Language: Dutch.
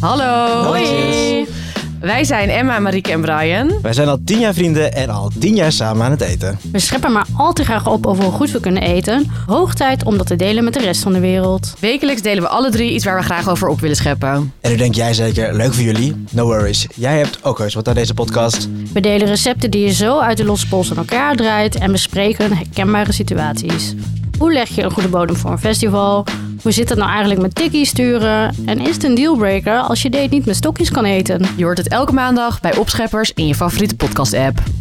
Hallo. Hoi. Wij zijn Emma, Marieke en Brian. Wij zijn al tien jaar vrienden en al tien jaar samen aan het eten. We scheppen maar al te graag op over hoe goed we kunnen eten. Hoog tijd om dat te delen met de rest van de wereld. Wekelijks delen we alle drie iets waar we graag over op willen scheppen. En nu denk jij zeker, leuk voor jullie? No worries, jij hebt ook heus wat aan deze podcast. We delen recepten die je zo uit de losse pols aan elkaar draait en bespreken herkenbare situaties. Hoe leg je een goede bodem voor een festival? Hoe zit het nou eigenlijk met tikkie sturen? En is het een dealbreaker als je date niet met stokjes kan eten? Je hoort het elke maandag bij Opscheppers in je favoriete podcast-app.